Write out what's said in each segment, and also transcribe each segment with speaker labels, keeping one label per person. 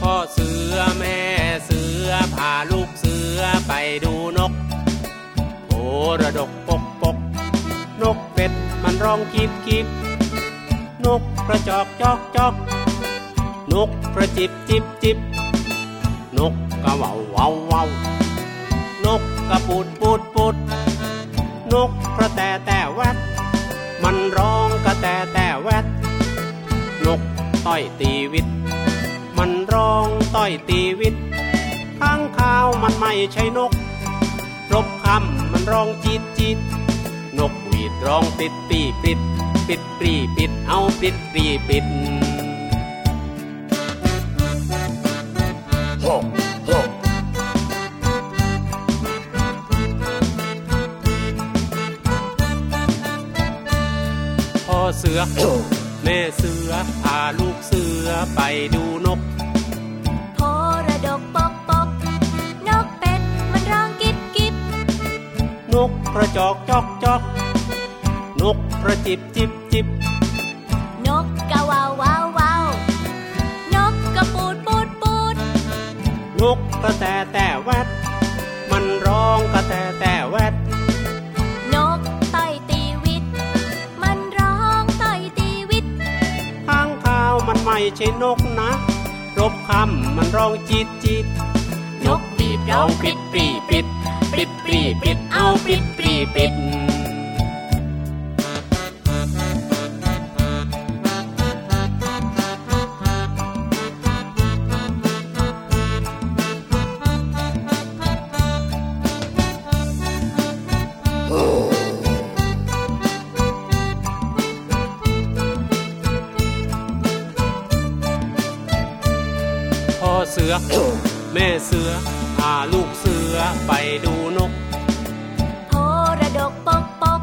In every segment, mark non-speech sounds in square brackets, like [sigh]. Speaker 1: พ่อเสือแม่เสือพาลูกเสือไปดูนกโผระดกปกปก นกเป็ดมันร้องคีบคีบนกกระจอกจอกจอกนกกระจิบจิบจิบนกกระเหว่าวเว่าวเว่านกกระปูดปูดปูดนกกระแตแต่แวดมันร้องกระแตแต่แวดนกต้อยตีวิต มันร้องต้อยตีวิตข้างข้าวมันไม่ใช่นกรบคำมันร้องจีดจีดนกหวีดร้องปิดปีปิด ปิดปรีปิดเอาปิดปรีปิด พ่อเสือ แม่เสือพาลูกเสือไปดูนก
Speaker 2: โพระดกปกปก นกเป็ดมันร้องกิบกิบ
Speaker 1: นกกระจอกจอกจอก นกกระจิบจิบจิบ
Speaker 2: นกกะวาววาววาวนกกระปูดปูดปูด
Speaker 1: นกกระแตแต่แวดมันร้องกระแตแต่แวด
Speaker 2: นกต่อยตีวิต มันร้องต่อยตีวิต
Speaker 1: ข้างข้าวมันไม่ใช่นกนะ รบคำมันร้องจีดจีดนกปีบร้องปิดปีปิด ปิดปีปิดเอาปิดปีปิด พ่อเสือ [coughs] แม่เสือพาลูกเสือไปดูนก
Speaker 2: โพระดกปกปก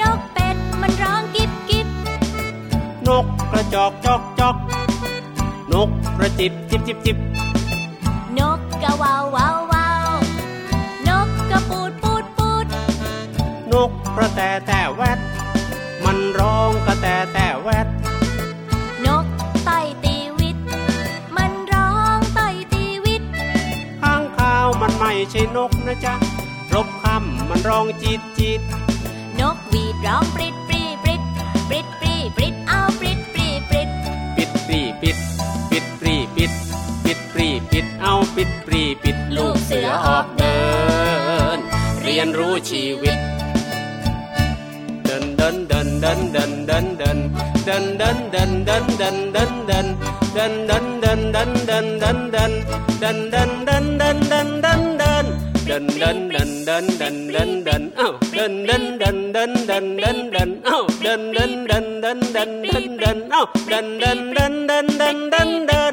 Speaker 2: นกเป็ดมันร้องกิบกิบ
Speaker 1: นกกระจอกจอกจอก นกกระจิบจิบจิบจิบ
Speaker 2: นกกะวาววาววาวนกกระปูดปูดปูด
Speaker 1: นกกระแตแต่แวดมันร้องกระแตแต่แวด
Speaker 2: นกต่อยตีวิต มันร้องต่อยตีวิต
Speaker 1: ข้างข้าวมันไม่ใช่นกนะจ๊ะ รบคำมันร้องจีดจีด
Speaker 2: นกหวีดร้องปริดปรีปริดปริดปรีปริดเอาปริดปรีปริด
Speaker 1: ปิดปรีปิด ปิดปรีปิด ปิดปรีปิดเอาปิดปรีปิดลูกเสือออกเดิน เรียนรู้ชีวิต เดินเดินเดินเดินเดินเดินเดินเดินเดินเดินเดินเดินเดินเดินเดินเดินเดินเดินเดินเดินเดินเดินเดินเดินเดินเดินเดินเดินเดินเดินเดินเดินเดินเดินเดินเอ้าเดินเดินเดินเดินเดินเดินเดินเอ้าเดินเดินเดินเดินเดินเดินเดินเอ้าเดินเดินเดินเดินเดินเดินเดิน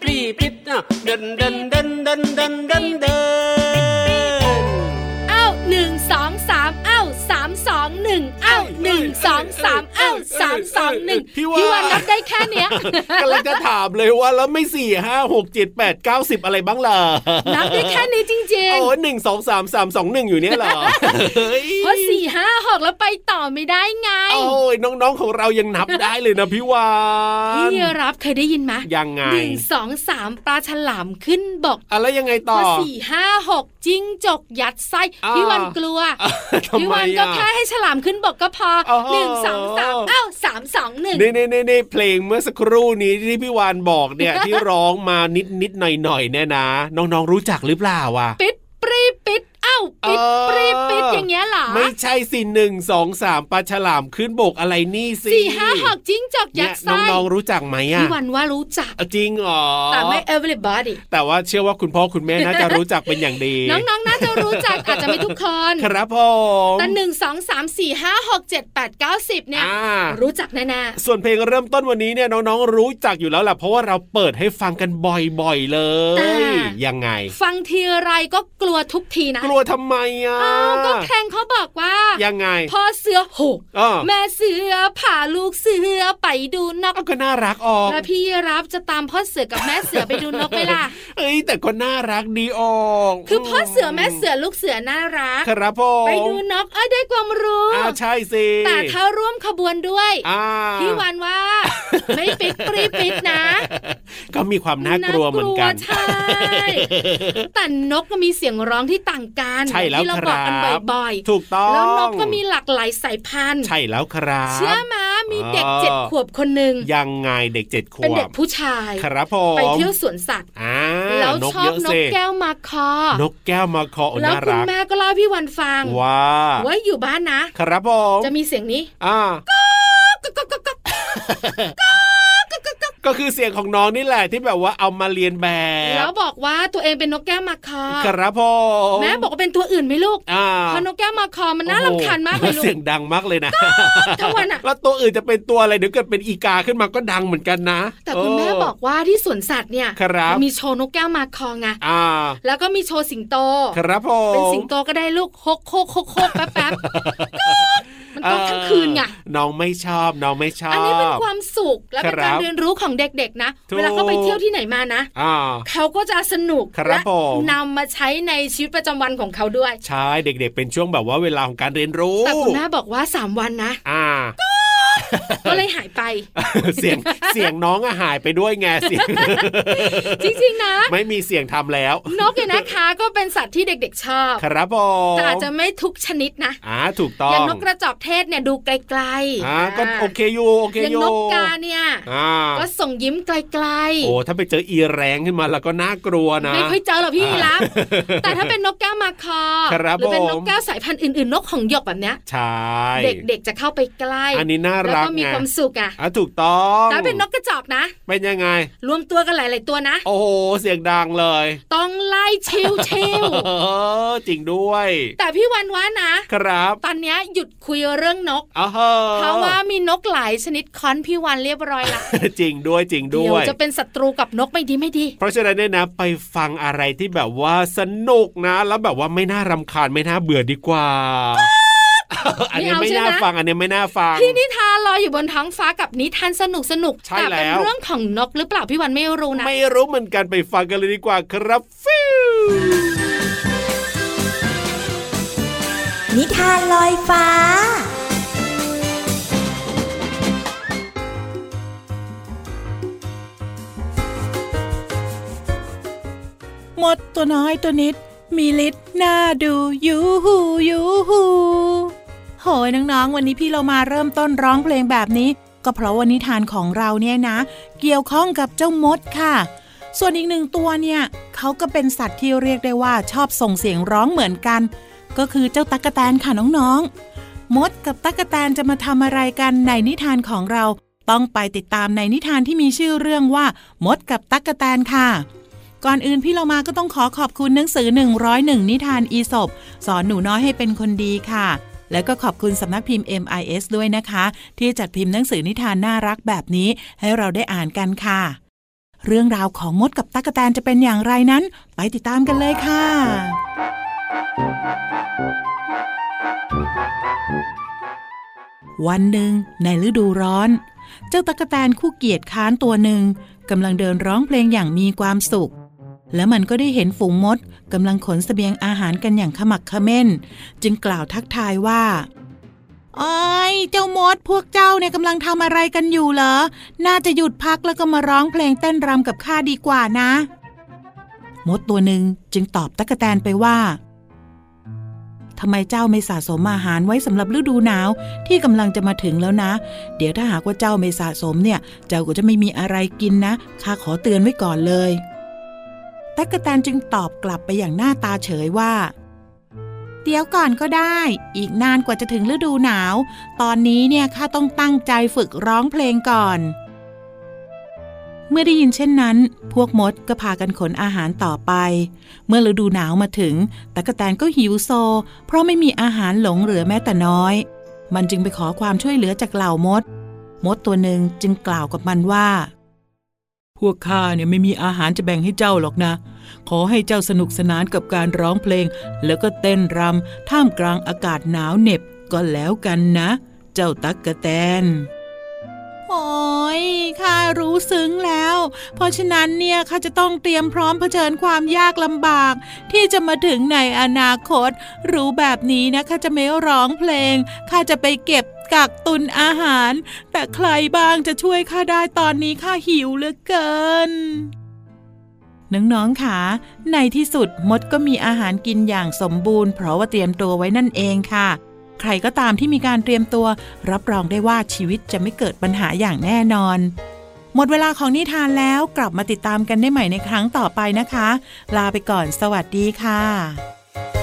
Speaker 1: ปรีปิดอ้าวดันดันดันดันดันดันดัน
Speaker 3: เอ้าหนึ่งสองสามเอ้าสามสองหนึ่งเอ้าหนึ่งสองสามเอ้าสามสองหนึ่ง
Speaker 4: พี่ว่า
Speaker 3: พี่วันนับได้แค่เนี้ย
Speaker 4: [laughs] กำลังจะถามเลยว่าแล้วไม่สี่ห้าหกเจ็ดแปดเก้าสิบอะไรบ้างล่ะ
Speaker 3: นับได้แค่นี้จริง
Speaker 4: โอ้ยหนึ่งสองสามสามสองหนึ่งอยู่เนี่ยเหรอเฮ้ย
Speaker 3: ๆเพราะสี่ห้าหกแล้วไปต่อไม่ได้ไง
Speaker 4: โอ้ยน้องๆของเรายังนับได้เลยนะพี่วาน
Speaker 3: พี่รับเคยได้ยินไหม
Speaker 4: ยังไง
Speaker 3: หนึ่งสองสามปลาฉลามขึ้นบก
Speaker 4: อะไรยังไง
Speaker 3: พ
Speaker 4: ต่อ
Speaker 3: อสี่ห้าหกจิ้งจกยัดไส้
Speaker 4: อ่า
Speaker 3: พี่วันกลัว
Speaker 4: ทำไมอ่ะ
Speaker 3: พี่วันก็แค่ให้ฉลามขึ้นบกก็พอ
Speaker 4: โอ้โห
Speaker 3: หนึ่งสองสาม ามเอ้าสามสองหนึ่ง
Speaker 4: นี่นี่นี่นี่เพลงเมื่อสักครู่นี้ที่พี่วานบอกเนี่ย ที่ร้องมานิดนิดหน่อยหน่อยๆเนี่ยนะ น้องๆรู้จักหรือเปล่าอ่ะ
Speaker 3: ปิดปรีปิดเอ้าปิด
Speaker 4: เออ
Speaker 3: ปรีปิดอย่างเงี้ยเหรอ
Speaker 4: ไม่ใช่สิหนึ่งสองสามปลาฉลามขึ้นบกอะไรนี่สิ
Speaker 3: สี่ห้าหอกจิ้งจอกยั
Speaker 4: เนี่
Speaker 3: ก
Speaker 4: ย
Speaker 3: ษ์ไส้
Speaker 4: น้องๆรู้จักไหมอ่ะ
Speaker 3: พี่วันว่ารู้จัก
Speaker 4: เอาจริงเหรอ
Speaker 3: แต่ไม่ everybody
Speaker 4: แต่ว่าเชื่อว่าคุณพ่อคุณแม่น่าจะรู้จักเป็นอย่างดี
Speaker 3: น้องๆน่าจะรู้จักอาจจะไม่ทุกคน
Speaker 4: ครับผม
Speaker 3: แต่หนึ่งสองสามสี่ห้าหกเจ็ดแปดเก้าสิบเนี่ย
Speaker 4: อ่า
Speaker 3: รู้จักแน่
Speaker 4: ส่วนเพลงเริ่มต้นวันนี้เนี่ยน้องๆรู้จักอยู่แล้วแหละเพราะว่าเราเปิดให้ฟังกันบ่อยๆเลย ยังไง
Speaker 3: ๆฟังทีไรก็กลัวทุกทีนะ
Speaker 4: กลัวทำไมอ่ะ
Speaker 3: อ้าวก็แข่งเขาบอกว่า
Speaker 4: ยังไง
Speaker 3: พ่อเสือโหก
Speaker 4: อ๋อ
Speaker 3: แม่เสือผ่าลูกเสือไปดูนก
Speaker 4: เอาก็น่ารักออก
Speaker 3: แล้วพี่รับจะตามพ่อเสือกับแม่เสือไปดูนกไหมล่ะ
Speaker 4: เอ้ยแต่ก็น่ารักดีออก
Speaker 3: คือพ่อเสือแม่เสือลูกเสือน่ารัก
Speaker 4: ครับผม
Speaker 3: ไปดูนกเอ้ยได้ความรู้
Speaker 4: อ่าใช่สิ
Speaker 3: แต่ถ้าร่วมขบวนด้วย
Speaker 4: อ่า
Speaker 3: พี่วานว่า ไม่ปิดปรีปิดนะ
Speaker 4: ก็มีความน่ากลัวเหมือนกัน
Speaker 3: าลัวใช่ แต่นกก็มีเสียงร้องที่ต่างกัน
Speaker 4: ใช่แล้ว
Speaker 3: ที่เรา
Speaker 4: ค
Speaker 3: บอก
Speaker 4: รั
Speaker 3: กัน
Speaker 4: บ
Speaker 3: บ่อย
Speaker 4: ถูกต้อ
Speaker 3: ๆ
Speaker 4: ง
Speaker 3: แล้วนกก็มีหลากหลายสายพั [laughs] นธุ์
Speaker 4: ใช่แล้วครับ
Speaker 3: เชื่อมามีเด็ก
Speaker 4: อ๋อ
Speaker 3: เจ็ดขวบคนหนึ่ง
Speaker 4: ยังไงเด็กเจ็ดขว
Speaker 3: เป็นเด็
Speaker 4: บ
Speaker 3: กผู้ชาย
Speaker 4: ครับผม
Speaker 3: ไปเที่ยวสวนสัตว์
Speaker 4: อ่า
Speaker 3: แล้ว
Speaker 4: นก
Speaker 3: ชอ
Speaker 4: เย
Speaker 3: บ
Speaker 4: อะ
Speaker 3: นก
Speaker 4: สิ
Speaker 3: แก้วมาคอ
Speaker 4: นกแก้วมาเคาะโอ้
Speaker 3: แล้ว
Speaker 4: น่า
Speaker 3: คุณ
Speaker 4: รัก
Speaker 3: แม่ก็เล่าให้พี่วันฟัง
Speaker 4: ว้า
Speaker 3: ว่าอยู่บ้านนะ
Speaker 4: ครับผม
Speaker 3: จะมีเสียงนี้
Speaker 4: อ่า
Speaker 3: ก๊อกก๊อกก๊อกก๊อก
Speaker 4: ก็คือเสียงของน้องนี่แหละที่แบบว่าเอามาเรียนแบ
Speaker 3: แล้ว
Speaker 4: บ
Speaker 3: บอกว่าตัวเองเป็นนกแก้วมาคอ
Speaker 4: ครับผม
Speaker 3: แม่บอกว่าเป็นตัวอื่นไหมลูก
Speaker 4: อ่า
Speaker 3: เพราะนกแก้วมาคอมันน่า
Speaker 4: โอ้โห
Speaker 3: รำคาญมากเลยลู
Speaker 4: เสีย
Speaker 3: ก
Speaker 4: งดังมากเลยนะ
Speaker 3: ทั้งวันอะ
Speaker 4: แล้วตัวอื่นจะเป็นตัวอะไรเดี๋ยวเกิดเป็นอีกาขึ้นมาก็ดังเหมือนกันนะ
Speaker 3: แต่คุณแม่
Speaker 4: เ
Speaker 3: บอกว่าที่สวนสัตว์เนี่ย
Speaker 4: ครับ
Speaker 3: มันมีโชว์นกแก้วมาคอไง
Speaker 4: อ่า
Speaker 3: แล้วก็มีโชว์สิงโต
Speaker 4: ครับผม
Speaker 3: เป็นสิงโตก็ได้ลูกโคกโคกโคกโคกแป๊บแป๊บ
Speaker 4: [laughs]
Speaker 3: ก๊อกมันก็ทั้งคืนไง
Speaker 4: เออน้องไม่ชอบน้องไม่ชอบ
Speaker 3: อันนี้เป็นความสุขและเป็น
Speaker 4: ครับ
Speaker 3: การเรียนรู้ของเด็กๆนะ
Speaker 4: ถูก
Speaker 3: เวลาเขาไปเที่ยวที่ไหนมานะ
Speaker 4: อ่า
Speaker 3: เขาก็จะสนุก
Speaker 4: ครับ
Speaker 3: และ
Speaker 4: ผม
Speaker 3: นำมาใช้ในชีวิตประจำวันของเขาด้วย
Speaker 4: ใช่เด็กๆ เป็นช่วงแบบว่าเวลาของการเรียนรู้
Speaker 3: แต่คุณแม่บอกว่า 3 วันนะ [laughs]
Speaker 4: อ่า
Speaker 3: ก็เลยหายไป
Speaker 4: เสียงเสียงน้องอะหายไปด้วยไงเสียง
Speaker 3: จริง ๆ นะ
Speaker 4: ไม่มีเสียงทำแล้ว
Speaker 3: นกเนี่ยนะคะก็เป็นสัตว์ที่เด็กๆชอบ
Speaker 4: ครับผม
Speaker 3: แต่อาจจะไม่ทุกชนิดนะ
Speaker 4: อ่าถูกต้
Speaker 3: อ
Speaker 4: อย่าง ง
Speaker 3: นกกระจอกเทศเนี่ยดูไกลๆ
Speaker 4: อ่าก็โอเคอยู่โอเค
Speaker 3: ย่าง
Speaker 4: อยู่
Speaker 3: นกกาเนี่ย
Speaker 4: อ่า
Speaker 3: ก็ส่งยิ้มไกล
Speaker 4: โอ้ถ้าไปเจออีแรงขึ้นมาแล้วก็น่ากลัวนะ
Speaker 3: ไม่ค่อยเจอหรอกพี่
Speaker 4: อ่า [laughs]
Speaker 3: รับแต่ถ้าเป็นนกแก้วมาคอ
Speaker 4: ครับ
Speaker 3: หรือเป็น
Speaker 4: ผม
Speaker 3: นกแก้วสายพันธุ์อื่นๆ นกของหยกแบบเนี้ย
Speaker 4: ใช่
Speaker 3: เด็กๆจะเข้าไปใกล้
Speaker 4: อันนี้น่า
Speaker 3: แล้ว
Speaker 4: รัก
Speaker 3: ก็มี
Speaker 4: ไง
Speaker 3: ความสุขอ่ะ
Speaker 4: อ่ะถูกต้อง
Speaker 3: แต่ถ้าเป็นนกกระจอกนะ
Speaker 4: เป็นยังไง
Speaker 3: รวมตัวกันหลาย ๆ ตัวนะ
Speaker 4: โอ้โหเสียงดังเลย
Speaker 3: ต้องไล่ชิวชิว
Speaker 4: เออ [laughs] จริงด้วย
Speaker 3: แต่พี่วันว่านะ
Speaker 4: ครับ
Speaker 3: ตอนเนี้ยหยุดคุยเรื่องนก
Speaker 4: อ้าวเหอ
Speaker 3: เพราะว่ามีนกหลายชนิดค้อนพี่วันเรียบร้อยละ
Speaker 4: [laughs] จริงด้วยจริงด้
Speaker 3: เดี๋ยว วย จะเป็นศัตรูกับนกไม่ดีไม่ดี
Speaker 4: เพราะฉะนั้นเนี่ยนะไปฟังอะไรที่แบบว่าสนุกนะ แล้วแบบว่าไม่น่ารำคาญไม่น่าเบื่อดีกว่า อันเนี้ย
Speaker 3: [laughs] ไม่
Speaker 4: ไม่
Speaker 3: เอา
Speaker 4: น่า
Speaker 3: ใช่ไหม
Speaker 4: ฟังอันเนี้ยไม่น่าฟัง
Speaker 3: พี่นิทานลอยอยู่บนท้องฟ้ากับนิทานสนุกสนุกๆ
Speaker 4: ใช่
Speaker 3: แต่เป็น
Speaker 4: แล้ว
Speaker 3: เรื่องของนกหรือเปล่าพี่วันไม่รู้นะ
Speaker 4: ไม่รู้เหมือนกันไปฟังกันเลยดีกว่าครับฟิว
Speaker 5: นิทานลอยฟ้า
Speaker 6: มดตัวน้อยตัวนิด มีฤทธิ์น่าดูยูหูยูหูโหยน้องๆ วันนี้พี่เรามาเริ่มต้นร้องเพลงแบบนี้ ก็เพราะวันนิทานของเราเนี่ยนะ เกี่ยวข้องกับเจ้ามดค่ะ ส่วนอีกหนึ่งตัวเนี่ยเขาก็เป็นสัตว์ที่เรียกได้ว่าชอบส่งเสียงร้องเหมือนกัน ก็คือเจ้าตั๊กแตนค่ะน้องๆ มดกับตั๊กแตนจะมาทำอะไรกันในนิทานของเรา ต้องไปติดตามในนิทานที่มีชื่อเรื่องว่า มดกับตั๊กแตนค่ะ ก่อนอื่นพี่เรามาก็ต้องขอขอบคุณหนังสือ 101 นิทานอีสบสอนหนูน้อยให้เป็นคนดีค่ะ แล้วก็ขอบคุณสำนักพิมพ์ MIS ด้วยนะคะ ที่จัดพิมพ์หนังสือนิทานน่ารักแบบนี้ ให้เราได้อ่านกันค่ะ เรื่องราวของมดกับตั๊กแตนจะเป็นอย่างไรนั้น ไปติดตามกันเลยค่ะ วันหนึ่งในฤดูร้อน เจ้าตั๊กแตนคู่เกียจค้านตัวหนึ่งกำลังเดินร้องเพลงอย่างมีความสุข และมันก็ได้เห็นฝูงมดกำลังขนเสบียงอาหารกันอย่างขมักเขม้น จึงกล่าวทักทายว่าไอ้ายเจ้ามดพวกเจ้าเนี่ยกำลังทำอะไรกันอยู่เหรอ น่าจะหยุดพักแล้วก็มาร้องเพลงเต้นรำกับข้าดีกว่านะ มดตัวหนึ่งจึงตอบตะกะแตนไปว่า ทำไมเจ้าไม่สะสมอาหารไว้สำหรับฤดูหนาว ที่กำลังจะมาถึงแล้วนะ เดี๋ยวถ้าหากว่าเจ้าไม่สะสมเนี่ย เจ้าก็จะไม่มีอะไรกินนะข้าขอเตือนไว้ก่อนเลยตั๊กแตนจึงตอบกลับไปอย่างหน้าตาเฉยว่า เดี๋ยวก่อนก็ได้ อีกนานกว่าจะถึงฤดูหนาว ตอนนี้เนี่ยข้าต้องตั้งใจฝึกร้องเพลงก่อน เมื่อได้ยินเช่นนั้น พวกมดก็พากันขนอาหารต่อไป เมื่อฤดูหนาวมาถึงตะกแตนก็หิวโซ เพราะไม่มีอาหารหลงเหลือแม้แต่น้อย มันจึงไปขอความช่วยเหลือจากเหล่ามด มดตัวหนึ่งจึงกล่าวกับมันว่า พวกข้าเนี่ยไม่มีอาหารจะแบ่งให้เจ้าหรอกนะ ขอให้เจ้าสนุกสนานกับการร้องเพลง แล้วก็เต้นรำท่ามกลางอากาศหนาวเหน็บก็แล้วกันนะ เจ้าตักกะแตน โอ้ยข้ารู้ซึ้งแล้ว เพราะฉะนั้นเนี่ยข้าจะต้องเตรียมพร้อมเผชิญความยากลำบาก ที่จะมาถึงในอนาคต รู้แบบนี้นะข้าจะไม่ร้องเพลงข้าจะไปเก็บกักตุนอาหาร แต่ใครบ้างจะช่วยข้าได้ตอนนี้ข้าหิวเหลือเกิน น้องๆค่ะ ในที่สุดมดก็มีอาหารกินอย่างสมบูรณ์ เพราะว่าเตรียมตัวไว้นั่นเองค่ะ ใครก็ตามที่มีการเตรียมตัว รับรองได้ว่าชีวิตจะไม่เกิดปัญหาอย่างแน่นอน หมดเวลาของนิทานแล้วกลับมาติดตามกันได้ใหม่ในครั้งต่อไปนะคะ ลาไปก่อนสวัสดีค่ะ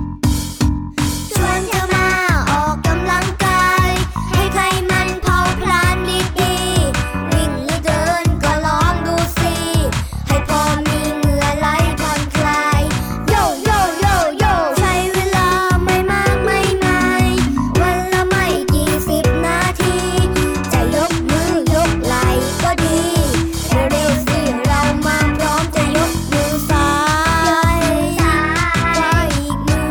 Speaker 7: ชวนเธอมาออกกำลังกาย ให้ใครมันเผาพลานดีๆ วิ่งหรือเดินก็ลองดูสิ ให้พอมีเหงื่อไหลผ่อนคลาย โยโยโยโยใช้เวลาไม่มากไม่นานวันละไม่กี่สิบนาที จะยกมือยกไหลก็ดี เร็วๆสิเรามาพร้อมจะยกมือซ้ายยกมือ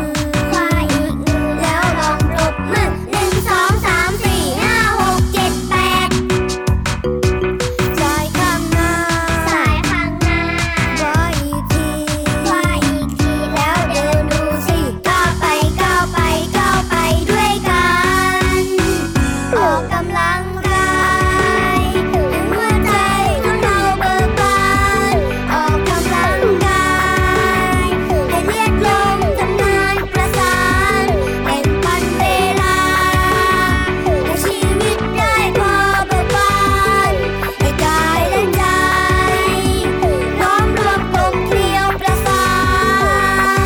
Speaker 7: ซ้ายควายอีกมือควายอีกมือแล้วลองปรบมือหนึ่งสองสามสี่ห้าหกเจ็ดแปด ซ้ายข้างหน้าซ้ายข้างหน้าว่าอีกทีว่าอีกที แล้วเดินดูสิก้าวไปก้าวไปก้าวไปด้วยกัน ออกกำลังกายให้หัวใจของเราเบิกบานออกกำลังกายให้เลือดลมทำงานประสานแบ่งปันเวลา ให้ชีวิตได้พอเบิกบานให้กายและใจน้อมรวมกลมเกลียวประสา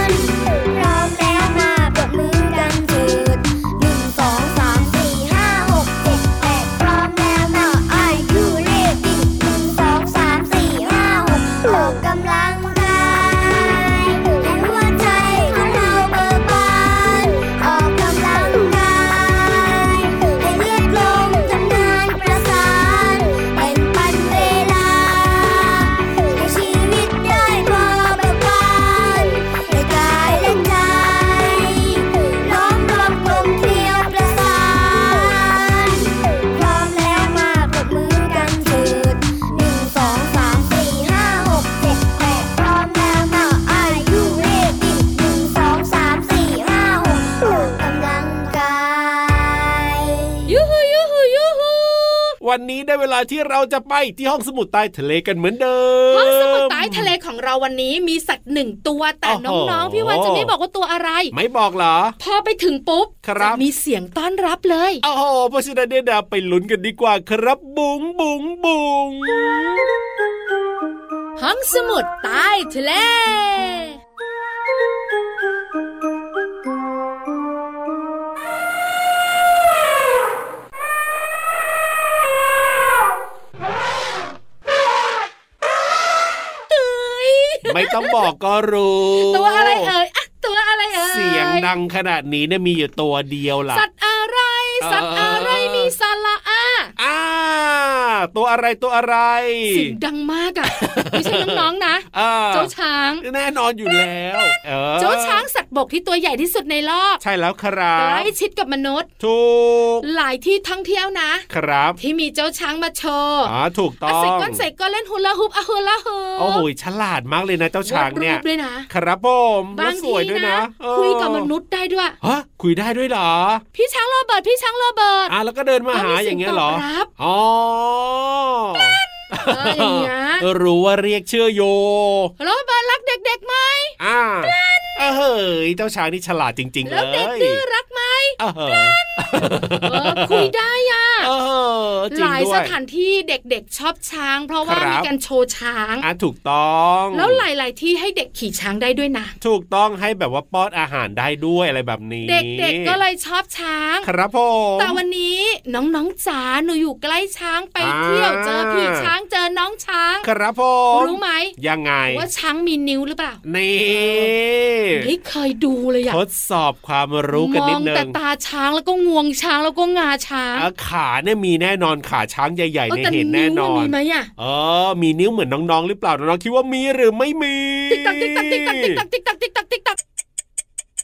Speaker 7: น พร้อมแล้วมาปรบมือกันเถิดหนึ่งสองสามสี่ห้าหกเจ็ดแปดพร้อมแล้วนะ Are you ready หนึ่งสองสามสี่ห้าหกออกกำลังกายให้หัวใจของเราเบิกบานออกกำลังกายให้เลือดลมทำงานประสานเป็นปันเวลา ให้ชีวิตได้พอเบิกบานให้กายและใจล้อมรวมกลมเกลียวประสาน พร้อมแล้วมาปรบมือกันเถิดหนึ่งสองสามสี่ห้าหกเจ็ดแปดพร้อมแล้วมา Are you ready หนึ่งสองสามสี่ห้าหกออกกำลังกาย
Speaker 3: ยูฮูยูฮูยูฮู
Speaker 4: วันนี้ได้เวลาที่เราจะไปที่ห้องสมุดใต้ทะเลกันเหมือนเดิม
Speaker 3: ห้องสมุดใต้ทะเลของเราวันนี้มีสัตว์หนึ่งตัวแต่
Speaker 4: โอ้โห
Speaker 3: น้องๆพี่วันจะไม่บอกว่าตัวอะไร
Speaker 4: ไม่บอกเหรอ
Speaker 3: พอไปถึงปุ๊บ
Speaker 4: ครั
Speaker 3: จะ
Speaker 4: บ
Speaker 3: มีเสียงต้อนรับเลย
Speaker 4: โอ้โหเพราะฉะนั้นเนี่ยนะไปลุ้นกันดีกว่าครับบุ๋งบุ๋งบุ๋ง
Speaker 3: ห้องสมุดใต้ทะเล
Speaker 4: ไม่ต้องบอกก็รู้
Speaker 3: ตัวอะไรเอ่ยอะตัวอะไรเอ่ย
Speaker 4: เสียงดังขนาดนี้เนี่ยมีอยู่ตัวเดียวล่ะ
Speaker 3: สัตว์อะไร สัตว์อะไร
Speaker 4: เออ
Speaker 3: มีสาระอา
Speaker 4: อ่า ตัวอะไรตัวอะไร
Speaker 3: เสียงดังมากอ่ะ ไม่ใช่น้องๆนะ
Speaker 4: [laughs] อ่
Speaker 3: เจ้าช้าง
Speaker 4: แน่นอนอยู่แล้วออ
Speaker 3: เจ้าช้างสัตว์บกที่ตัวใหญ่ที่สุดในโลก
Speaker 4: ใช่แล้วครั
Speaker 3: ใก
Speaker 4: บ
Speaker 3: ล้ชิดกับมนุษย์
Speaker 4: ถูก
Speaker 3: หลายที่ท่องเที่ยวนะ
Speaker 4: ครับ
Speaker 3: ที่มีเจ้าช้างมาโชว์
Speaker 4: อ๋อถูกต้
Speaker 3: ะ
Speaker 4: อง
Speaker 3: ใส่ก้อนใส่ก้อนเล่นฮูลาฮูปอะฮูลาฮูป
Speaker 4: โอ้โหฉลาดมากเลยนะเจ้าช้างเนี่ย
Speaker 3: วดรูปด้วยนะ
Speaker 4: ครับผม
Speaker 3: บาง
Speaker 4: แล้วส
Speaker 3: ที
Speaker 4: วยด้วยนะ
Speaker 3: นะ
Speaker 4: เออ
Speaker 3: คุยกับมนุษย์ได้ด้วย
Speaker 4: ฮะคุยได้ด้วยเหรอ
Speaker 3: พี่ช้างโรเบิร์ตพี่ช้างโรเบิร์ต
Speaker 4: อ่ะแล้วก็เดินมาหา
Speaker 3: ก็มีเสียง
Speaker 4: อย่างเงี้ยเหรอ
Speaker 3: ตอบรับ
Speaker 4: อ๋อ
Speaker 3: เอออย่างเงี้ย
Speaker 4: รู้ว่าเรียกเชื่อโย
Speaker 3: โรเบิร์ตรักเด็กๆไหม
Speaker 4: อ่าเออเฮ้ยเจ้าช้างนี่ฉลาดจริง ๆ เล
Speaker 3: แล้วเด็ก
Speaker 4: ย
Speaker 3: ดื้อรักไหม
Speaker 4: เออเฮ้ย
Speaker 3: เออคุยได้อ่ะ
Speaker 4: เออจริ
Speaker 3: ห
Speaker 4: ง
Speaker 3: ลาย
Speaker 4: ด้ว
Speaker 3: ส
Speaker 4: ย
Speaker 3: ถานที่เด็กๆชอบช้าง เพราะว่า
Speaker 4: ครับ
Speaker 3: มีการโชว์ช้าง
Speaker 4: อ่ะถูกต้อง
Speaker 3: แล้วหลาย ๆ ที่ให้เด็กขี่ช้างได้ด้วยนะ
Speaker 4: ถูกต้องให้แบบว่าป้อนอาหารได้ด้วยอะไรแบบนี้
Speaker 3: เด็กๆ ก็เลยชอบช้าง
Speaker 4: ครับผม
Speaker 3: แต่วันนี้น้องๆจ๋าหนูอยู่ใกล้ช้างไปเที่ยวเจอพี่ช้างเจอน้องช้าง
Speaker 4: ครับผม
Speaker 3: รู้ไหม
Speaker 4: ยังไง
Speaker 3: ว่าช้างมีนิ้วหรือเปล่า
Speaker 4: นี่
Speaker 3: ไม่เคยดูเลยอะ
Speaker 4: ทดสอบความรู้กัน
Speaker 3: ม
Speaker 4: นิ
Speaker 3: อ
Speaker 4: ด
Speaker 3: ง
Speaker 4: นึ
Speaker 3: แต่
Speaker 4: ง
Speaker 3: ตาช้างแล้วก็งวงช้างแล้วก็งาช้าง
Speaker 4: อ่ะขาเนี่ยมีแน่นอนขาช้างใหญ่ๆ
Speaker 3: เออ
Speaker 4: เนี่ย
Speaker 3: แต่
Speaker 4: เห็นแน่
Speaker 3: นิ้วน มัมี
Speaker 4: อนน
Speaker 3: ไหมอะ
Speaker 4: เออ มีนิ้วเหมือนน้องๆ หรือเปล่า น้องๆ คิดว่ามีหรือไม่มี
Speaker 3: ติ๊กตักติ๊กตักติ๊กตักติ๊กตักติ๊กตักติ๊กตักติ๊กตัก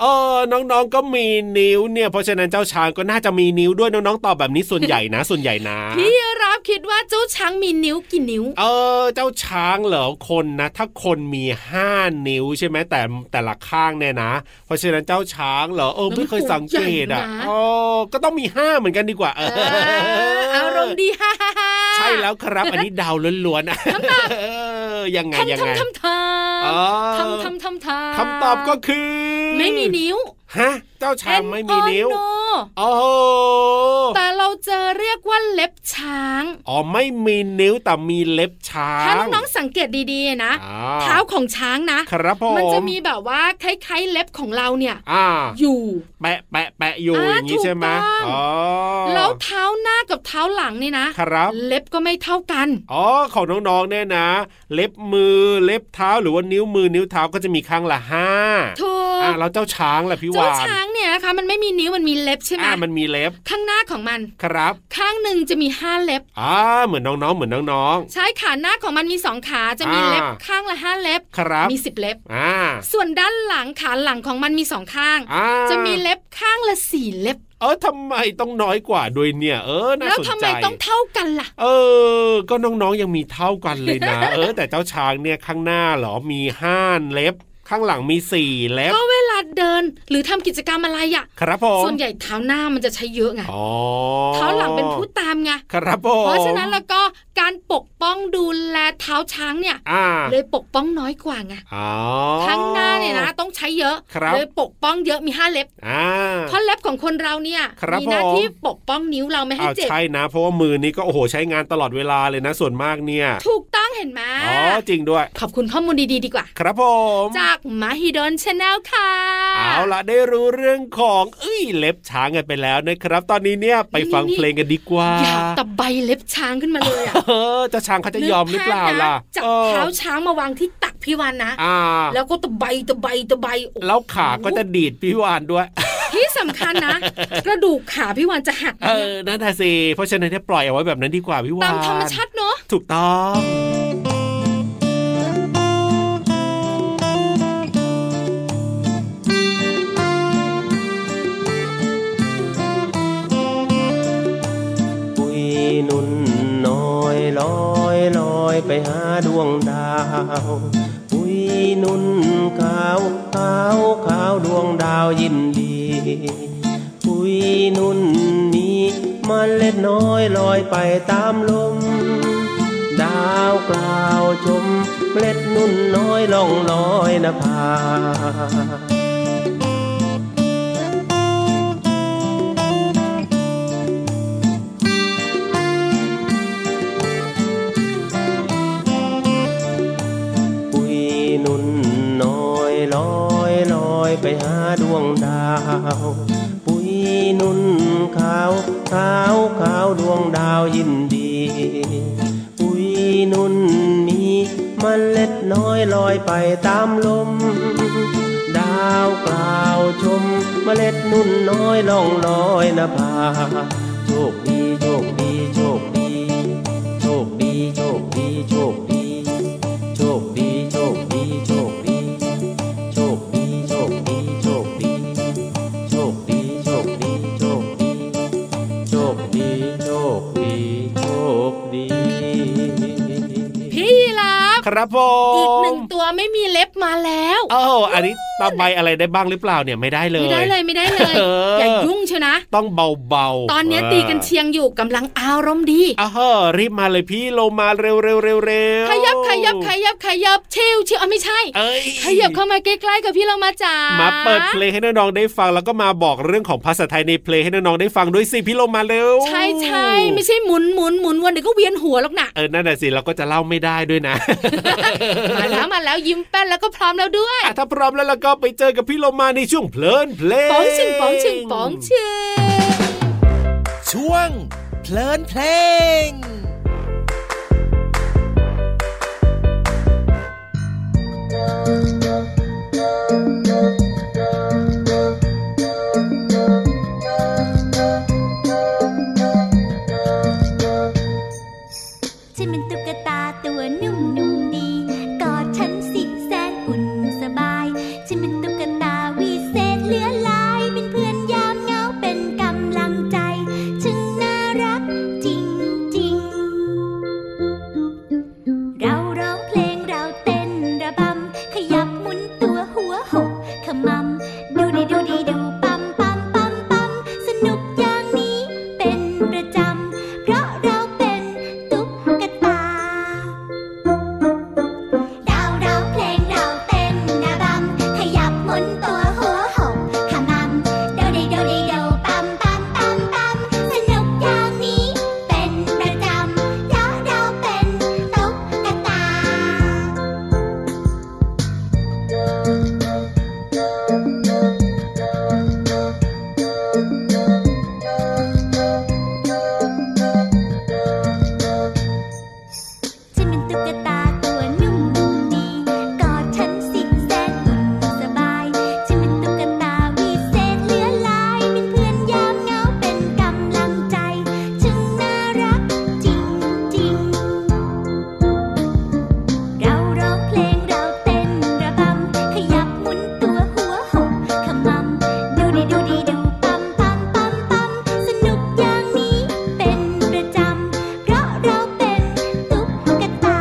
Speaker 4: เออ น้องๆ ก็มีนิ้วเนี่ย เพราะฉะนั้นเจ้าช้างก็น่าจะมีนิ้วด้วยน้องๆ ตอบแบบนี้ส่วนใหญ่นะ ส่วนใหญ่นะ
Speaker 3: พี่รับคิดว่าเจ้าช้างมีนิ้วกี่นิ้ว
Speaker 4: เออ เจ้าช้างเหรอคนนะ ถ้าคนมีห้านิ้วใช่ไหมแต่แต่ละข้างเนี่ยนะ เพราะฉะนั้นเจ้าช้างเหรอเออไม่เคยสังเกตอ่ะ
Speaker 3: แล้วมันตัวใหญ่นะ
Speaker 4: เออก็ต้องมีห้าเหมือนกันดีกว่า เออ
Speaker 3: เอออารมณ์ดี [laughs] ฮ่าฮ่าฮ่า
Speaker 4: ใช่แล้วครับ อันนี้เดาล้วนๆเออยังไง
Speaker 3: ทำ
Speaker 4: ยังไง
Speaker 3: ทำทำท
Speaker 4: อ๋อ
Speaker 3: ำทำทำทำทำ
Speaker 4: คำตอบก็คือ
Speaker 3: ไม่มีนิ้ว
Speaker 4: ฮะเจ้าช้างไม่มีนิ้ว
Speaker 3: โน
Speaker 4: โอ้โห
Speaker 3: แต่เราเจอเรียกว่าเล็บช้าง
Speaker 4: อ๋อไม่มีนิ้วแต่มีเล็บช้าง
Speaker 3: ถ้าน้องๆสังเกตดีๆนะ
Speaker 4: อ่
Speaker 3: เท้าของช้างนะ
Speaker 4: ครับผม
Speaker 3: มันจะมีแบบว่าคล้ายๆเล็บของเราเนี่ย
Speaker 4: อ่า
Speaker 3: อยู่
Speaker 4: แปะแปะแปะอยู่
Speaker 3: อ่า
Speaker 4: อย่างนี้ใช่ไหม
Speaker 3: ถูกต้อง
Speaker 4: อ๋อ
Speaker 3: แล้วเท้าหน้ากับเท้าหลังนี่นะครับ เล็บก็ไม่เท่ากัน
Speaker 4: อ๋อของน้องๆเนี่ยนะ เล็บมือเล็บเท้าหรือว่านิ้วมือนิ้วเท้าก็จะมีข้างละห้า
Speaker 3: ถูก
Speaker 4: อ่าแล้วเจ้าช้างล่ะพี่
Speaker 3: เจ้าว
Speaker 4: าน
Speaker 3: ช้างเนี่ยนะคะมันไม่มีนิ้วมันมีเล็บใช่ไหม
Speaker 4: อ่ามันมีเล็บ
Speaker 3: ข้างหน้าของมัน
Speaker 4: ครับ
Speaker 3: ข้างหนึ่งจะมีห้าเล็บ
Speaker 4: อ่าเหมือนน้องๆเหมือนน้อง
Speaker 3: ใช่ขาหน้าของมันมีสองขาจะมี
Speaker 4: อ่า
Speaker 3: เล็บข้างละห้าเล็บ
Speaker 4: ๆครับ
Speaker 3: มีสิบเล็บ
Speaker 4: อ่า
Speaker 3: ส่วนด้านหลังขาหลังของมันมีสองข้าง
Speaker 4: อ่า
Speaker 3: จะมีเล็บข้างละสี่เล็บ
Speaker 4: เออทำไมต้องน้อยกว่าด้วยเนี่ย เออน่า
Speaker 3: แล้ว
Speaker 4: สน
Speaker 3: ทำไม
Speaker 4: ใจ
Speaker 3: ต้องเท่ากันล่ะ
Speaker 4: เออ ก็น้องๆยังมีเท่ากันเลยนะ [laughs] เออ แต่เจ้าช้างเนี่ยข้างหน้าเหรอมีห้าเล็บ ข้างหลังมีสี่เล็บ
Speaker 3: ก็เวลาเดินหรือทำกิจกรรมอะไรอะ
Speaker 4: ครับผม
Speaker 3: ส่วนใหญ่เท้าหน้ามันจะใช้เยอะไง
Speaker 4: อ๋อ
Speaker 3: เท้าหลังเป็นผู้ตามไง
Speaker 4: ครับผม
Speaker 3: เพราะฉะนั้นแล้วก็การปกป้องดูแลเท้าช้างเนี่ย
Speaker 4: อ่า
Speaker 3: เลยปกป้องน้อยกว่าไง
Speaker 4: อ๋อ
Speaker 3: ข้างหน้าเนี่ยนะ ต้องใช้เยอะ
Speaker 4: ครับ
Speaker 3: เลยปกป้องเยอะมีห้าเล็บ
Speaker 4: อ่า
Speaker 3: เพราะเล็บของคนเราเนี่ย
Speaker 4: ครับ
Speaker 3: มีหน้า
Speaker 4: ผม
Speaker 3: ที่ปกป้องนิ้วเราไม่ให้
Speaker 4: อ้าว
Speaker 3: เจ็บ
Speaker 4: ใช่นะ เพราะว่ามือนี้ก็โอ้โหใช้งานตลอดเวลาเลยนะ ส่วนมากเนี่ย
Speaker 3: ถูกต้องเห็นไหม
Speaker 4: อ๋อจริงด้วย
Speaker 3: ขอบคุณข้อมูลดีๆดีกว่า
Speaker 4: ครับผม
Speaker 3: จากมาฮิดอนชาแนลค่ะ
Speaker 4: เอาละได้รู้เรื่องของเอ้ยเล็บช้างกันไปแล้วนะครับ ตอนนี้เนี่ยไปฟัง
Speaker 3: นี่
Speaker 4: เพลงกันดีกว่า
Speaker 3: อยากตะใบเล็บช้างขึ้นมาเลยอ่ะ
Speaker 4: เออเจะช้างเขาจะยอมหรือเปล่าล่ะ
Speaker 3: นึกภาพนจับ
Speaker 4: ออ
Speaker 3: เท้าช้างมาวางที่ตักพี่วันนะ
Speaker 4: อ่า
Speaker 3: แล้วก็ตะใบตะใบตะใบโอ้โห
Speaker 4: แล้วขาก็จะดีดพี่วานด้วย
Speaker 3: ที่สำคัญ
Speaker 4: [laughs]
Speaker 3: นะ กระดูกขาพี่วันจะหัก
Speaker 4: เอ
Speaker 3: นะ
Speaker 4: อนั่นน่ะสิเพราะฉะนั้นเนี่ยปล่อยเอาไว้แบบนั้นดีกว่าพี่วา
Speaker 3: ตาน มธรรมชาติเนอะ
Speaker 4: ถูกต้อง
Speaker 8: ปุยนุ่นน้อยลอยลอยไปหาดวงดาว ปุยนุ่นขาวขาวขาวดวงดาวยินดี ปุยนุ่นนี้มเมล็ดน้อยลอยไปตามลม ดาวกล่าวชมเมล็ดนุ่นน้อยล่องลอยนภา ปุยนุ่นน้อยลอยลอยไปหาดวงดาว ปุยนุ่นขาวขาวขาวดวงดาวยินดี ปุยนุ่นมีมเมล็ดน้อยลอยไปตามลม ดาวกล่าวชม เมล็ดนุ่นน้อยล่องลอยนภาโชคดีโชคดีโชคดีโชคดีโชคดีโชคดีโชคดีโชคดีโชคดีโชคดีโชคดีโชคดีโชคดีโชคดีโชคดีโชคดีโชคดีโชคดี
Speaker 3: พี่รับ
Speaker 4: ครับผ
Speaker 3: อีกห
Speaker 4: ม
Speaker 3: นึ่งตัวไม่มีเล็บมาแล้ว
Speaker 4: เอ้าอันนี้ตาใบอะไรได้บ้างหรือเปล่าเนี่ยไม่ได้เลย
Speaker 3: ไม่ได้เลยไม่ได้เลย
Speaker 4: เอออ
Speaker 3: อย่ายุ่งเชียวนะ
Speaker 4: ต้องเบาๆ
Speaker 3: ตอนเนี้ยตีกันเชียงอยู่กำลังอารมณ์ดี
Speaker 4: อ้าวเฮ้อรีบมาเลยพี่โลมาเร็วเร็วเร็วเร็ว
Speaker 3: ขยับขยับขยับขยับเชยวเชียวเอาไม่ใช่
Speaker 4: เอ้ย
Speaker 3: ขยับเข้ามาใกล้ๆกับพี่เรามาจ๋ามา
Speaker 4: มาเปิดเพลงให้น้องๆได้ฟังแล้วก็มาบอกเรื่องของภาษาไทยในเพลงให้น้องๆได้ฟังด้วยสิพี่โลมาเร็ว
Speaker 3: ใช่ใช่ไม่ใช่หมุนหมุนหมุนวันเดี๋ยวก็เวียนหัวหรอกนะ
Speaker 4: เออนั่นแหะสิเราก็จะเล่าไม่ได้ด้วยนะ [laughs]
Speaker 3: มาแล้วมาแล้วยิ้มแป้นแล้วก็พร้อมแล้วด้วย
Speaker 4: อ่ะถ้าพร้อมแล้วเราก็ไปเจอกับพี่โลมาในช่วงเพลินเพลง
Speaker 3: ป๋องชิงป๋องชิงป๋องชิง
Speaker 9: ช่วง เพลินเพลง
Speaker 7: ฉันเป็นตุ๊กตาตัวนุ่มนุ่มๆดี กอดฉันสิแสนอุ่นสบาย ฉันเป็นตุ๊กตาวิเศษเหลือหลาย เป็นเพื่อนยามเหงาเป็นกำลังใจ ฉันน่ารักจริงจริงๆเราร้องเพลงเราเต้นระบำ ขยับหมุนตัวหัวหกขมำดูดีดูดีดูปั๊มปั๊มปั๊มปั๊มสนุกอย่างนี้เป็นประจำ เพราะเราเป็นตุ๊กตา เราเราเพลงเราเต้นระบำขยับหมุนตัวหัวหกขมำเดาดีเดาดีเดาปั๊มปั๊มปั๊มปั๊มสนุกอย่างนี้เป็นประจำเพราะเราเป็นตุ๊กตา ฉันเป็นตุ๊กตาตัวนุ่มนุ่มดี กอดฉันสิแสนอุ่นสบาย ฉันเป็นตุ๊กตาวิเศษเหลือหลาย เป็นเพื่อนยามเหงาเป็นกำลังใจ ฉันน่ารักจริงจริงๆเราร้องเพลงเราเต้นระบำ ขยับหมุนตัวหัวหกขมำดูดีดูดีดูปั๊มปั๊มปั๊มปั๊มสนุกอย่างนี้เป็นประจำ เพราะเราเป็นตุ๊กตา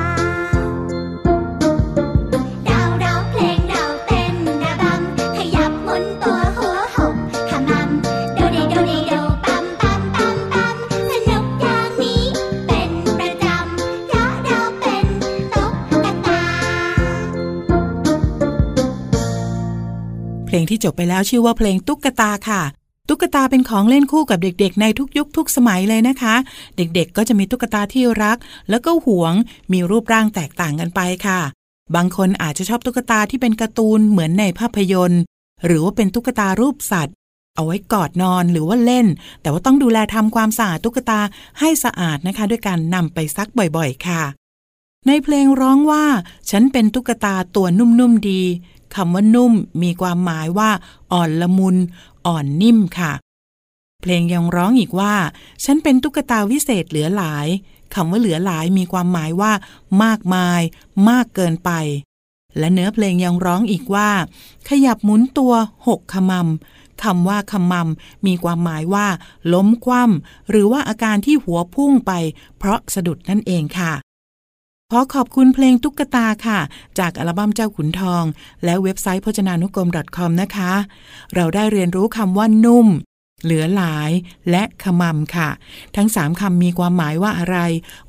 Speaker 7: เราเราเพลงเราเต้นระบำขยับหมุนตัวหัวหกขมำดูดีดูดีดูปั๊มปั๊มปั๊มปั๊มสนุกอย่างนี้เป็นประจำเพราะเราเป็นตุ๊กตา
Speaker 6: เพลงที่จบไปแล้วชื่อว่าเพลงตุ๊กตาค่ะ ตุ๊กตาเป็นของเล่นคู่กับเด็กๆ ในทุกยุคทุกสมัยเลยนะคะ เด็กๆก็จะมีตุ๊กตาที่รัก แล้วก็หวง มีรูปร่างแตกต่างกันไปค่ะ บางคนอาจจะชอบตุ๊กตาที่เป็นการ์ตูนเหมือนในภาพยนตร์ หรือว่าเป็นตุ๊กตารูปสัตว์ เอาไว้กอดนอนหรือว่าเล่น แต่ว่าต้องดูแลทำความสะอาดตุ๊กตาให้สะอาดนะคะ ด้วยการนำไปซักบ่อยๆ ค่ะ ในเพลงร้องว่า ฉันเป็นตุ๊กตาตัวนุ่มๆดีคำว่านุ่มมีความหมายว่า อ่อนละมุน อ่อนนิ่มค่ะ เพลงยังร้องอีกว่า ฉันเป็นตุ๊กตาวิเศษเหลือหลายคำว่าเหลือหลายมีความหมายว่า มากมาย มากเกินไป และเนื้อเพลงยังร้องอีกว่า ขยับหมุนตัวหกขมำคำว่าขมำมีความหมายว่า ล้มคว่ำหรือว่าอาการที่หัวพุ่งไป เพราะสะดุดนั่นเองค่ะ ขอขอบคุณเพลงตุ๊กตาค่ะ จากอัลบั้มเจ้าขุนทอง และเว็บไซต์พจนานุกรม .com นะคะ เราได้เรียนรู้คำว่านุ่ม เหลือหลาย และขมำค่ะ ทั้ง 3คำมีความหมายว่าอะไร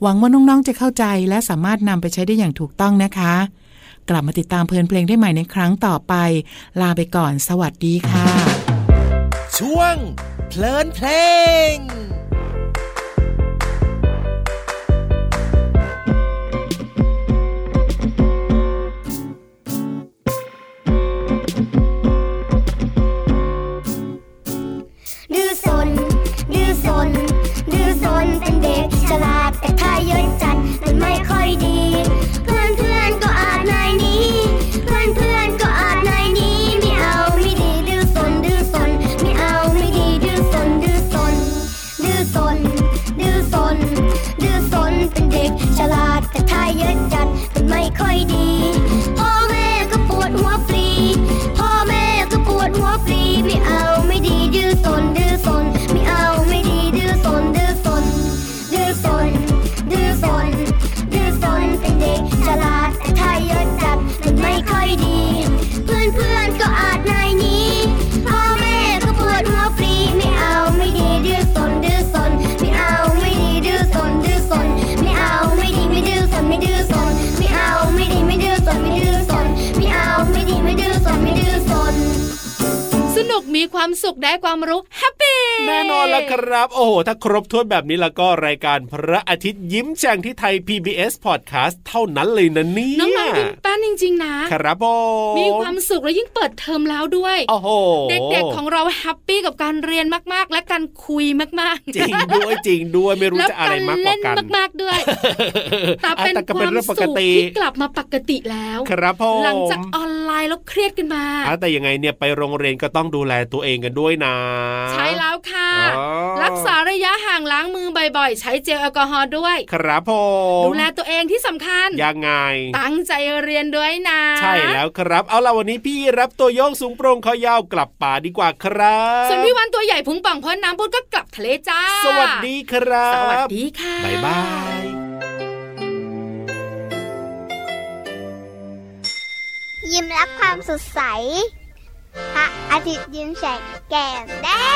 Speaker 6: หวังว่าน้อง ๆ จะเข้าใจและสามารถนำไปใช้ได้อย่างถูกต้องนะคะ กลับมาติดตามเพลินเพลงได้ใหม่ในครั้งต่อไป ลาไปก่อน สวัสดีค่ะ
Speaker 9: ช่วง เพลินเพลง
Speaker 7: ดื้อสน ดื้อสน ดื้อสน เป็นเด็กฉลาดแต่ถ้าเยอะจัดมันไม่ค่อยดี เพื่อนเพื่อนๆก็อาจนายหนี้ เพื่อนเพื่อนๆก็อาจนายหนี้ไม่เอาไม่ดีดื้อสน ดื้อสน แต่ถ้าเยอะจัดมันไม่ค่อยดี พ่อแม่ก็ปวดหัวฟรี พ่อแม่ก็ปวดหัวฟรี ไม่เอาไม่ดีดื้อสนดื้อสน ไม่เอาไม่ดีดื้อสนดื้อสน ดื้อสน ดื้อสน ดื้อสนเป็นเด็กฉลาดแต่ถ้าเยอะจัดมันไม่ค่อยดี เพื่อนเพื่อนๆก็อาจนายหนี้ พ่อแม่ก็ปวดหัวฟรี ไม่เอาไม่ดีดื้อสนดื้อสน ไม่เอาไม่ดีดื้อสนดื้อสน ไม่เอาไม่ดีไม่ดื้อสนไม่ดื้อสน ไม่เอาไม่ดีไม่ดื้อสนไม่ดื้อสน ไม่เอาไม่ดีไม่ดื้อสนไม่ดื้อสน
Speaker 3: สนุกมีความสุขได้ความรู้แฮปปี้
Speaker 4: แน่นอนแล้วครับ โอ้โห ถ้าครบถ้วนแบบนี้แล้วก็รายการพระอาทิตย์ยิ้มแฉ่งที่ไทย PBS Podcast เท่านั้นเลยนะเนี่ย
Speaker 3: น้องๆยิ้มแป้นจริง ๆ นะ
Speaker 4: ครับผม
Speaker 3: มีความสุขและยิ่งเปิดเทอมแล้วด้วย
Speaker 4: โอ้โห
Speaker 3: เด็กๆของเราแฮปปี้กับการเรียนมากๆ และการคุยมากๆ
Speaker 4: จริงด้วยจริงด้วยไม่รู้
Speaker 3: แล้ว
Speaker 4: จะอะไรมากก
Speaker 3: เล่
Speaker 4: ว่าน กัน
Speaker 3: มากๆ
Speaker 4: [laughs]
Speaker 3: ด้วยแต่เป็น
Speaker 4: อ่ะก็
Speaker 3: ค
Speaker 4: เป็น
Speaker 3: วาม
Speaker 4: เรื่องป
Speaker 3: สุข
Speaker 4: กติ
Speaker 3: ที่กลับมาปกติแล้ว
Speaker 4: ครับผม
Speaker 3: หลังจากออนไลน์แล้วเครียดกันมา
Speaker 4: อ่ะแต่ยังไงเนี่ยไปโรงเรียนก็ต้องดูแลตัวเองกันด้วยนะ
Speaker 3: ใช้แล้วค่ะ
Speaker 4: อ๋อ
Speaker 3: รักษาระยะห่างล้างมือบ่อยๆ ใช้เจลแอลกอฮอล์ด้วย
Speaker 4: ครับผม
Speaker 3: ดูแลตัวเองที่สำคัญ
Speaker 4: ยังไง
Speaker 3: ตั้งใจเรียนด้วยนะ
Speaker 4: ใช่แล้วครับ เอาล่ะวันนี้พี่รับตัวโยงสูงโปรงเขายาวกลับป่าดีกว่าครับ
Speaker 3: ส่วนพี่วันตัวใหญ่พุงป่องพ้นน้ำพุดก็กลับทะเลจ้า
Speaker 4: สวัสดีครับ
Speaker 3: สวัสดีค่ะ
Speaker 4: บ๊ายบาย
Speaker 7: ยิ้มรับความสดใส พระอาทิตย์ยิ้มแฉกแก้มแดง